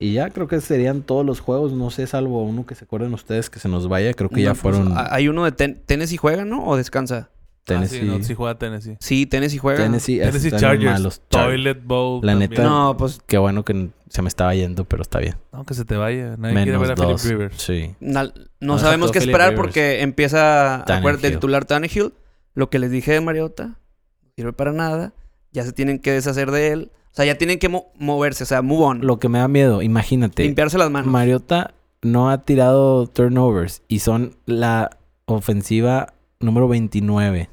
B: Y ya creo que serían todos los juegos, no sé, salvo uno que se acuerden ustedes que se nos vaya. Creo que ya
C: No, pues,
B: fueron
C: a- hay uno de Ten- Tennessee juega, ¿no? ¿O descansa?
B: Tennessee.
A: Ah, sí, no, sí juega Tennessee.
C: Sí, Tennessee juega.
B: Tennessee,
A: Tennessee
B: están
A: Chargers.
B: malos. Char-
A: Toilet Bowl.
B: La
A: también.
B: neta-
C: No, pues
B: Qué bueno que se me estaba yendo, pero está bien.
A: No, que se te vaya. Nadie quiere ver a
B: Menos
A: Philip
B: dos.
A: Rivers.
B: Sí.
C: na- no,
B: No,
C: sabemos
B: exacto,
C: qué
B: Philip
C: esperar
B: Rivers.
C: porque empieza, acuérdate, el
B: Tannehill.
C: titular Tannehill. Lo que les dije de Mariota, no sirve para nada. Ya se tienen que deshacer de él. O sea, ya tienen que mo- moverse, o sea, move on.
B: Lo que me da miedo, imagínate.
C: Limpiarse las manos.
B: Mariota no ha tirado turnovers y son la ofensiva número 29.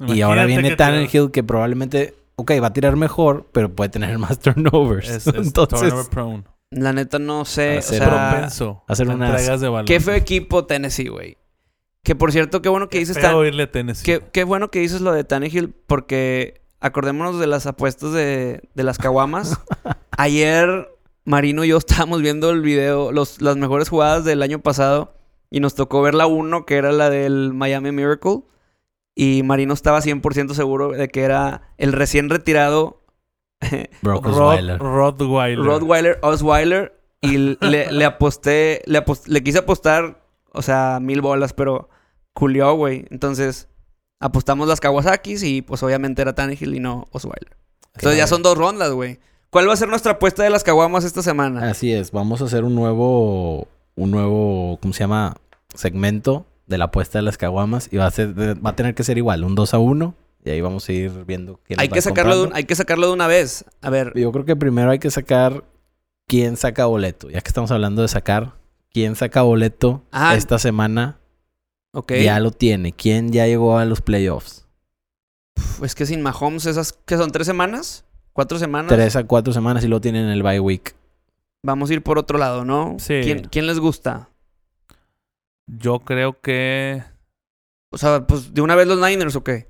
B: y ahora
A: Imagínate
B: viene
A: que te-
B: Tannehill que probablemente, ok, va a tirar mejor, pero puede tener *laughs* más turnovers.
A: Es, es
B: Entonces,
A: turnover
B: *laughs*
A: prone.
C: La neta no sé. O
B: Hacer
C: sea,
A: propenso.
B: hacer
A: a
B: unas-
A: entregas de balón.
C: qué feo equipo Tennessee, güey. Que por cierto, qué bueno que dices
A: Feo
C: tan,
A: irle a Tennessee.
C: Qué, qué bueno que dices lo de Tannehill, porque acordémonos de las apuestas de, de las caguamas. Ayer Marino y yo estábamos viendo el video, los, las mejores jugadas del año pasado, y nos tocó ver la 1, que era la del Miami Miracle, y Marino estaba 100% seguro de que era el recién retirado
B: Brock
A: Rod,
B: Osweiler.
A: Rottweiler.
C: Rottweiler Osweiler,
B: *laughs*
C: y le, le aposté, le, apos- le quise apostar, o sea, mil bolas, pero culió, güey. Entonces, apostamos las Kawasakis y pues obviamente era Tannehill y no Osweiler. Entonces ya
B: Claro.
C: son dos rondas, güey. ¿Cuál va a ser nuestra apuesta de las Kawamas esta semana?
B: Así es, vamos a hacer un nuevo, un nuevo, ¿cómo se llama? Segmento de la apuesta de las caguamas y va a, ser, va a tener que ser igual, un 2 a 1 y ahí vamos a ir viendo quién
C: Hay
B: las va
C: que, sacarlo de un-
B: comprando.
C: hay que sacarlo de una vez. A ver,
B: Yo creo que primero hay que sacar quién saca boleto, ya que estamos hablando de sacar quién saca boleto
C: Ah.
B: esta semana
C: ok.
B: ya lo tiene, quién ya llegó a los playoffs.
C: Uf, es que sin Mahomes, esas que son tres semanas, cuatro semanas,
B: Tres a cuatro semanas y lo tienen en el bye week.
C: vamos a ir por otro lado, ¿no?
A: Sí.
C: ¿Quién, ¿Quién les gusta?
A: Yo creo que.
C: O sea, pues de una vez los Niners o qué?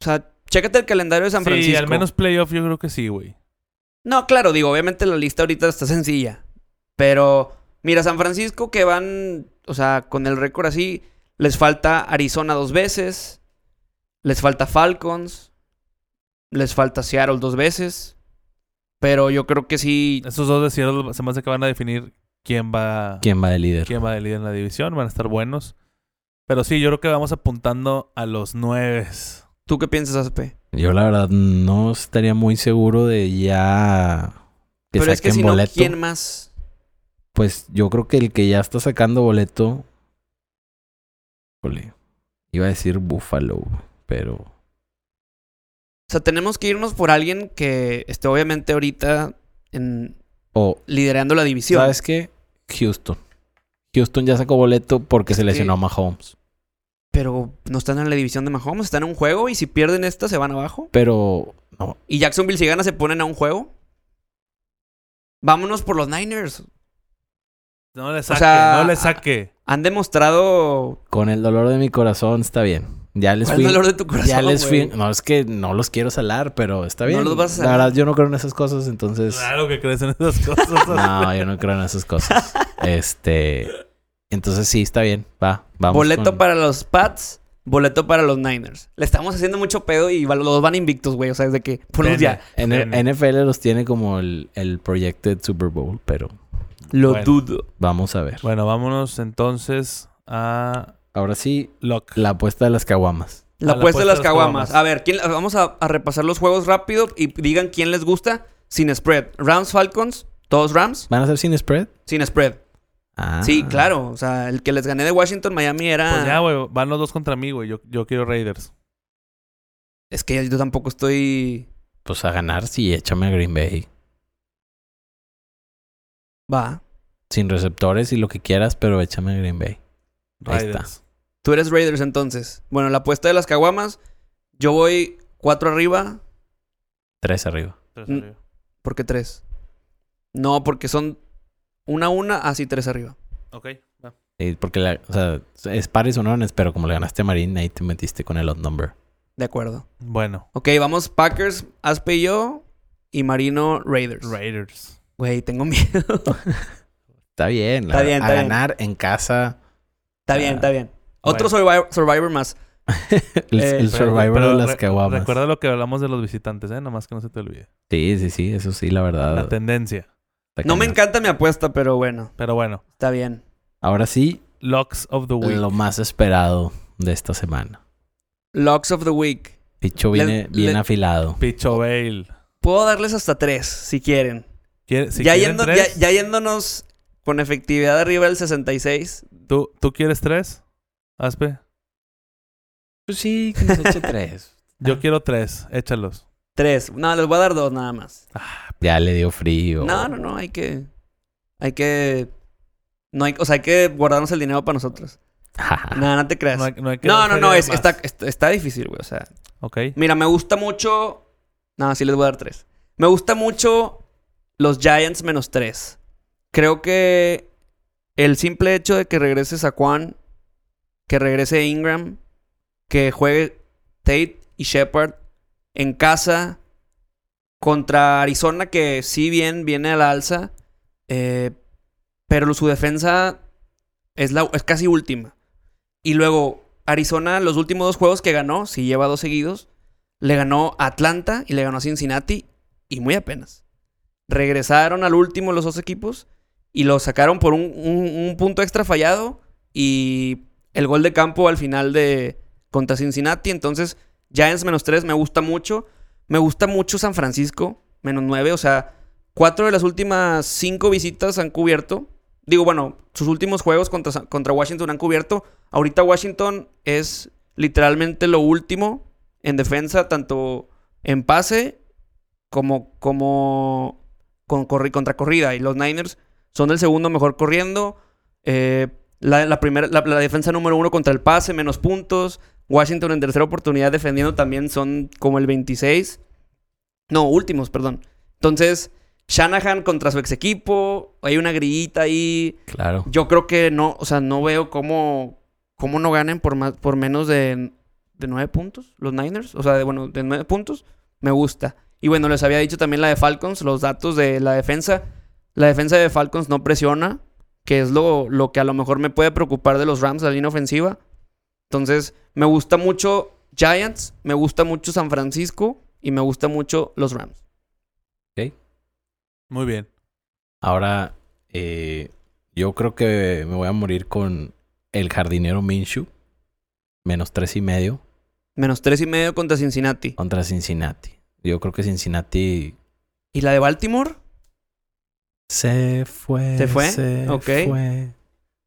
C: O sea, chécate el calendario de San Francisco.
A: Sí, al menos playoff, yo creo que sí, güey.
C: No, claro, digo, obviamente la lista ahorita está sencilla. Pero, mira, San Francisco que van, o sea, con el récord así, les falta Arizona dos veces, les falta Falcons, les falta Seattle dos veces. Pero yo creo que sí.
A: Esos dos de Seattle se me hace que van a definir quién va.
B: ¿Quién va de líder?
A: quién va de líder en la división. Van a estar buenos. Pero sí, yo creo que vamos apuntando a los nueves.
C: ¿Tú qué piensas, Aspe?
B: Yo la verdad no estaría muy seguro de ya que
C: Pero
B: saquen
C: es que si
B: boleto.
C: no, ¿quién más?
B: Pues yo creo que el que ya está sacando boleto. Híjole. Iba a decir Buffalo, pero.
C: O sea, tenemos que irnos por alguien que esté obviamente ahorita en,
B: O,
C: liderando la división.
B: ¿sabes qué? Houston. Houston ya sacó boleto porque
C: Es
B: se lesionó
C: que-
B: a Mahomes.
C: Pero no están en la división de Mahomes, están en un juego y si pierden esta se van abajo.
B: Pero. No.
C: Y Jacksonville si gana se ponen a un juego. Vámonos por los Niners.
A: No le saque,
C: sea,
A: no le saque.
C: Han demostrado
B: Con el dolor de mi corazón está bien. Ya les
C: ¿Cuál
B: fui.
C: dolor de tu corazón.
B: ya les
C: güey?
B: fui. No, es que no los quiero salar, pero está
C: No
B: bien.
C: los vas
B: La
C: a salar.
B: verdad, yo no creo en esas cosas, entonces.
A: Claro que crees en esas
B: *laughs*
A: cosas.
B: No, yo no creo en esas
C: *laughs*
B: cosas. Este. Entonces sí, está bien. Va, vamos.
C: Boleto
B: con-
C: para los Pats, boleto para los Niners. Le estamos haciendo mucho pedo y va- los dos van invictos, güey. O sea, es de que ponlos
A: Ven,
C: ya.
B: En el-
A: Ven.
B: NFL los tiene como el, el Projected Super Bowl, pero
C: Lo
A: Bueno.
C: dudo.
B: vamos a ver.
A: Bueno, vámonos entonces a
B: Ahora sí,
A: Lock.
B: la apuesta de las caguamas.
C: La
A: A la
C: apuesta de las
A: caguamas.
C: caguamas. A ver, ¿quién, vamos a, a repasar los juegos rápido y digan quién les gusta sin spread. Rams, Falcons, todos Rams,
B: ¿Van a ser sin spread?
C: sin spread.
B: Ah.
C: Sí, claro. O sea, el que les gané de Washington, Miami era.
A: Pues ya, güey, van los dos contra mí, güey. Yo, yo quiero Raiders.
C: Es que yo tampoco estoy.
B: Pues a ganar sí, échame a Green Bay.
C: Va.
B: Sin receptores y lo que quieras, pero échame a Green Bay. Ahí está.
A: Raiders.
C: Tú eres Raiders entonces. Bueno, la apuesta de las caguamas. Yo voy Cuatro arriba,
B: Tres arriba.
A: Tres
C: Mm.
A: arriba.
C: porque tres. No, porque son una a una, así tres arriba.
A: Ok, va.
B: Sí, porque, la- o sea, es pares o nones, pero como le ganaste a Marín, ahí te metiste con el odd number.
C: De acuerdo.
A: Bueno,
C: Ok, vamos Packers, Aspe y yo. Y Marino Raiders.
A: Raiders.
C: Güey, tengo miedo. *laughs*
B: Está bien. la
C: Está
B: verdad.
C: bien,
B: a
C: está bien.
B: ganar en casa. *laughs*
C: Está bien,
A: *laughs*
C: está bien. Otro survivor, survivor más.
B: El,
C: Eh,
B: el
A: Pero-
B: survivor
A: pero
B: de las
A: re-
B: caguamas.
A: Recuerda lo que hablamos de los visitantes, ¿eh? Nada más que no se te olvide.
B: Sí, sí, sí. Eso sí, la verdad.
A: La tendencia.
B: está
C: No me
B: cañón.
C: encanta mi apuesta, pero bueno,
A: Pero bueno,
C: está bien.
B: Ahora sí,
A: Locks of the Week.
B: lo más esperado de esta semana.
C: Locks of the Week.
B: Picho
C: Le-
B: viene bien
C: le-
B: afilado.
A: Picho Bale.
C: Puedo darles hasta tres, si quieren.
A: Quiere- si
C: ya,
A: quieren
C: yendo-
A: tres,
C: ya- ya yéndonos con efectividad arriba del 66.
A: ¿tú, ¿tú quieres tres? Aspe.
B: Pues sí, que nos eche tres.
C: Ah.
A: Yo quiero tres. Échalos.
C: Tres. No, les voy a dar dos nada más.
B: *laughs* Ya le dio frío. *laughs*
C: No, no, no, hay que... Hay que... No hay, o sea, hay que guardarnos el dinero para nosotros. No, no te creas.
A: Ah, No, hay- hay que
C: No, no,
A: hacer
C: no, es,
A: más.
C: está, est- está difícil, güey. O sea,
A: Ok.
C: mira, me gusta mucho. No, sí les voy a dar tres. Me gusta mucho los Giants menos tres. Creo que el simple hecho de que regrese Saquon, que regrese Ingram, que juegue Tate y Shepard en casa contra Arizona, que sí bien viene a la alza, eh, pero su defensa es, la, es casi última. Y luego, Arizona, los últimos dos juegos que ganó, si lleva dos seguidos, le ganó a Atlanta y le ganó a Cincinnati, y muy apenas. Regresaron al último los dos equipos y lo sacaron por un, un- un punto extra fallado y el gol de campo al final de contra Cincinnati. Entonces, Giants menos tres me gusta mucho. Me gusta mucho San Francisco, menos nueve. O sea, cuatro de las últimas cinco visitas han cubierto. Digo, bueno, sus últimos juegos contra, Sa- contra Washington han cubierto. Ahorita Washington es literalmente lo último en defensa, tanto en pase como, como con corri- contra corrida. Y los Niners son el segundo mejor corriendo. Eh, la, la primera, la, la defensa número uno contra el pase, menos puntos. Washington en tercera oportunidad defendiendo también son como el 26. No, últimos, perdón. Entonces, Shanahan contra su ex equipo. Hay una grillita ahí.
B: Claro.
C: Yo creo que no, o sea, no veo cómo, cómo no ganen por más, por menos de, de nueve puntos, los Niners. O sea, de, bueno, de nueve puntos, me gusta. Y bueno, les había dicho también la de Falcons, los datos de la defensa. La defensa de Falcons no presiona, que es lo, lo que a lo mejor me puede preocupar de los Rams, la línea ofensiva. Entonces, me gusta mucho Giants, me gusta mucho San Francisco y me gusta mucho los Rams.
A: Muy bien.
B: Ahora, eh, yo creo que me voy a morir con el jardinero Minshew. Menos tres y medio
C: Menos tres y medio contra Cincinnati.
B: contra Cincinnati. Yo creo que Cincinnati
C: ¿Y la de Baltimore?
B: se fue.
C: ¿Se fue? Ok.
B: fue.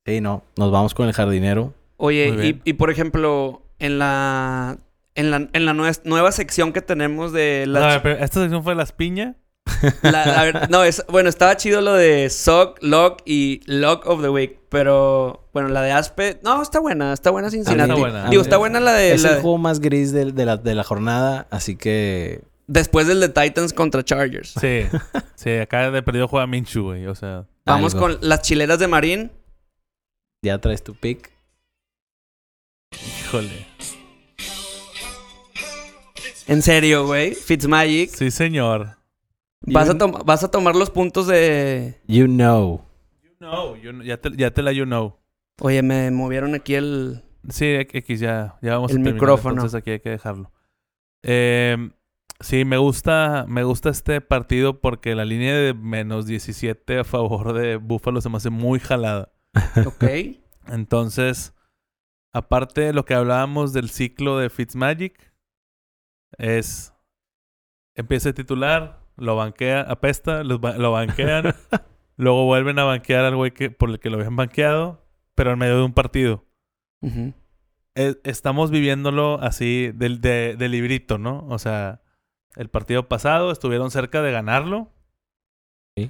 B: Sí, no. Nos vamos con el jardinero.
A: Muy
C: Oye,
A: bien.
C: y, y por ejemplo, en la, en la, en la nues- nueva sección que tenemos de
A: No,
C: la...
A: pero esta sección fue las piñas.
C: la- a ver, no, es, bueno, estaba chido lo de Sock, Lock y Lock of the Week, pero bueno, la de Aspe... No, está buena, está buena Cincinnati.
A: está buena.
C: Digo, está buena la de...
B: es
C: Eh, la
B: el
C: de-
B: juego más gris del- de, la, de la jornada, así que
C: después del de Titans contra Chargers. *laughs*
A: Sí. sí, acá de perdido juega Minchu, güey. O sea,
C: Vamos
B: Algo.
C: con las chileras de Marín.
B: ya traes tu pick.
A: híjole.
C: En serio, güey. Fitzmagic.
A: Sí, señor.
C: Vas a,
B: You-
C: tom- vas a tomar los puntos de...
B: You know.
A: You know, you kn- ya, te, ya te la you know.
C: Oye, me movieron aquí el...
A: Sí, X, ya, ya vamos
C: El
A: terminar,
C: micrófono.
A: Entonces aquí hay que dejarlo. Eh, sí, me gusta, me gusta este partido porque la línea de menos 17 a favor de Buffalo se me hace muy jalada. *laughs*
C: Ok.
A: Entonces, aparte de lo que hablábamos del ciclo de Fitzmagic, es empieza de titular, lo banquea, apesta, los ba- lo
C: *laughs*
A: banquean, luego vuelven a banquear al güey que, por el que lo habían banqueado, pero en medio de un partido.
C: Ujú.
A: Eh, estamos viviéndolo así del de, de librito, ¿no? O sea, el partido pasado estuvieron cerca de ganarlo.
B: Sí.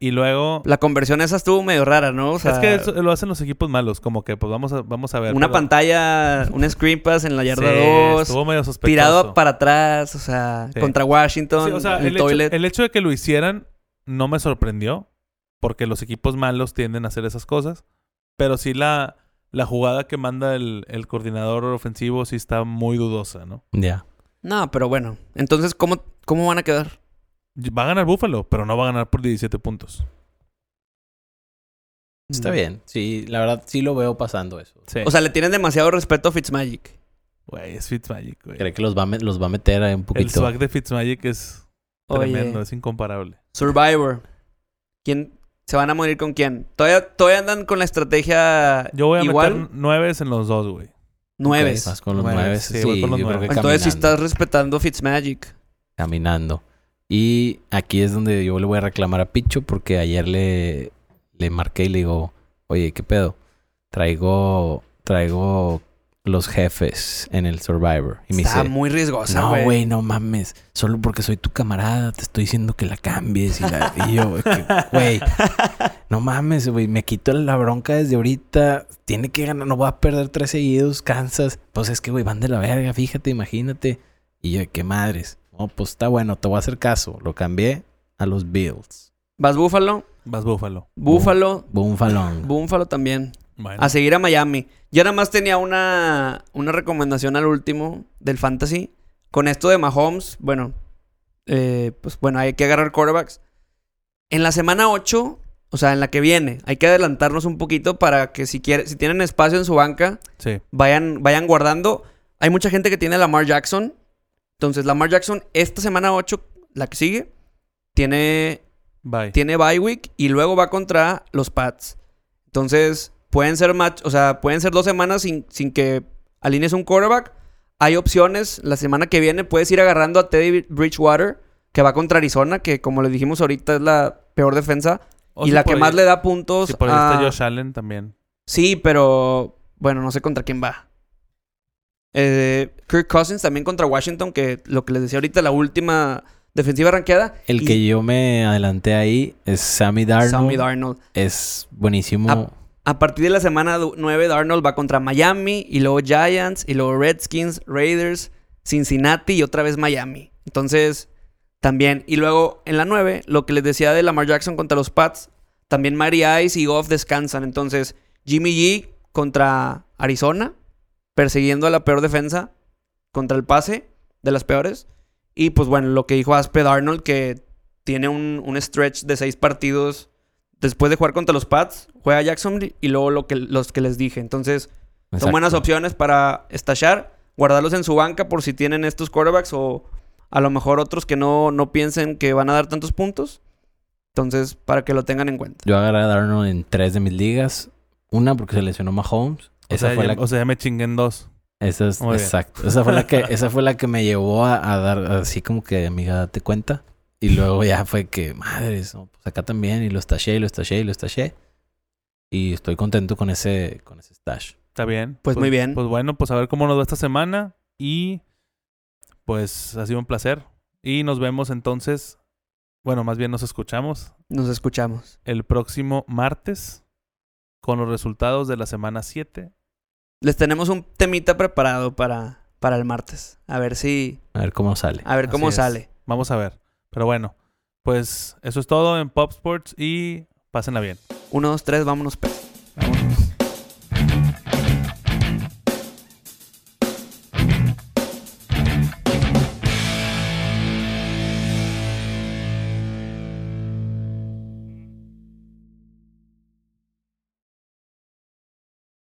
A: Y luego.
C: La conversión esa estuvo medio rara, ¿no? O sea,
A: es que eso lo hacen los equipos malos, como que pues vamos a, vamos a ver.
C: una
A: pero-
C: pantalla, un screen pass en la yarda
A: Sí,
C: 2,
A: Estuvo medio sospechoso.
C: tirado para atrás, o sea,
A: Sí.
C: contra Washington,
A: Sí, o sea,
C: el,
A: el, hecho,
C: toilet.
A: el hecho de que lo hicieran no me sorprendió, porque los equipos malos tienden a hacer esas cosas, pero sí la, la jugada que manda el, el coordinador ofensivo sí está muy dudosa, ¿no?
B: Ya.
C: No, pero bueno. Entonces, ¿cómo, cómo van a quedar?
A: Va a ganar Buffalo, pero no va a ganar por 17 puntos.
B: Está bien. Sí, la verdad sí lo veo pasando eso.
A: Sí.
C: O sea, le tienen demasiado respeto a Fitzmagic.
A: güey, es Fitzmagic, güey.
B: Creo que los va, a me- los va a meter ahí un
A: El
B: poquito.
A: swag de Fitzmagic es
C: Oye.
A: tremendo, es incomparable.
C: Survivor. ¿Quién se van a morir con quién? Todavía, todavía andan con la estrategia
A: Yo voy a
C: igual
A: meter nueves en los dos, güey.
C: nueve.
B: Ok, Vas con los
A: Nueves,
B: nueve.
A: sí,
B: Sí,
A: voy con los
B: yo creo
A: nueves.
B: que
C: Entonces, si
B: caminando.
C: estás respetando Fitzmagic.
B: caminando. Y aquí es donde yo le voy a reclamar a Picho porque ayer le, le marqué y le digo, oye, ¿qué pedo? Traigo, traigo los jefes en el Survivor. Y me
C: Está
B: dice,
C: muy riesgosa,
B: no,
C: güey.
B: güey, no mames. Solo porque soy tu camarada, te estoy diciendo que la cambies. Y, la, y yo, de que, güey, no mames, güey. Me quito la bronca desde ahorita. Tiene que ganar, no voy a perder tres seguidos. Cansas. Pues es que, güey, van de la verga, fíjate, imagínate. Y yo, de qué madres. No, pues está bueno, te voy a hacer caso. Lo cambié a los Bills.
C: Vas Búfalo,
A: Vas Buffalo.
C: Búfalo,
B: Boom falón.
C: Búfalo también.
A: Bueno,
C: A seguir a Miami. Yo nada más tenía una, una recomendación al último del fantasy. Con esto de Mahomes, bueno, eh, pues bueno, hay que agarrar quarterbacks. En la semana 8, o sea, en la que viene, hay que adelantarnos un poquito para que si, quiere- si tienen espacio en su banca,
A: sí.
C: vayan, vayan guardando. Hay mucha gente que tiene a Lamar Jackson. Entonces, Lamar Jackson, esta semana 8, la que sigue, tiene
A: Bye.
C: tiene bye week y luego va contra los Pats. Entonces, pueden ser match, o sea, pueden ser dos semanas sin, sin que alinees un quarterback. Hay opciones. La semana que viene puedes ir agarrando a Teddy Bridgewater, que va contra Arizona, que como les dijimos ahorita es la peor defensa.
A: O
C: y
A: si
C: la
A: Oh, por
C: que
A: ahí-
C: más le da puntos.
A: Si por ahí
C: a-
A: está Josh Allen también.
C: Sí, pero bueno, no sé contra quién va. Eh, Kirk Cousins también contra Washington, que lo que les decía ahorita, la última defensiva ranqueada.
B: El que yo me adelanté ahí es Sammy Darnold.
C: Sammy Darnold.
B: Es buenísimo.
C: Ah, A partir de la semana 9, Darnold va contra Miami y luego Giants y luego Redskins, Raiders, Cincinnati y otra vez Miami. Entonces, también. Y luego en la 9, lo que les decía de Lamar Jackson contra los Pats, también Mary Ice y Goff descansan. Entonces, Jimmy G contra Arizona, persiguiendo a la peor defensa contra el pase, de las peores. Y pues bueno, lo que dijo Aspe Darnold, que tiene un, un stretch de seis partidos después de jugar contra los Pats, juega Jacksonville y luego lo que, los que les dije. Entonces, son
B: Exacto.
C: buenas opciones para estachar, guardarlos en su banca por si tienen estos quarterbacks o a lo mejor otros que no, no piensen que van a dar tantos puntos. Entonces, para que lo tengan en cuenta.
B: Yo agarré a Darnold en tres de mis ligas. Una porque se lesionó Mahomes.
A: O,
B: Esa
A: sea,
B: fue
A: ya,
B: la
A: o sea, ya me chingué en dos.
B: esa es-
A: Muy bien.
B: exacto. Esa fue
A: *laughs*
B: la que esa fue la que me llevó a, a dar así como que amiga date cuenta y luego ya fue que madres, no, pues acá también y lo staché, y lo staché, y lo staché. Y estoy contento con ese con ese stash.
A: Está bien.
C: Pues, muy bien.
A: Pues bueno, pues a ver cómo nos va esta semana. Y pues ha sido un placer. Y nos vemos entonces. Bueno, más bien nos escuchamos
C: Nos escuchamos.
A: el próximo martes con los resultados de la semana 7.
C: Les tenemos un temita preparado para, para el martes. A ver si.
B: A ver cómo sale.
C: A ver
A: Así
C: cómo
A: es.
C: sale.
A: Vamos a ver. Pero bueno, pues eso es todo en Pop Sports y pásenla bien.
C: Uno, dos, tres, vámonos. pues.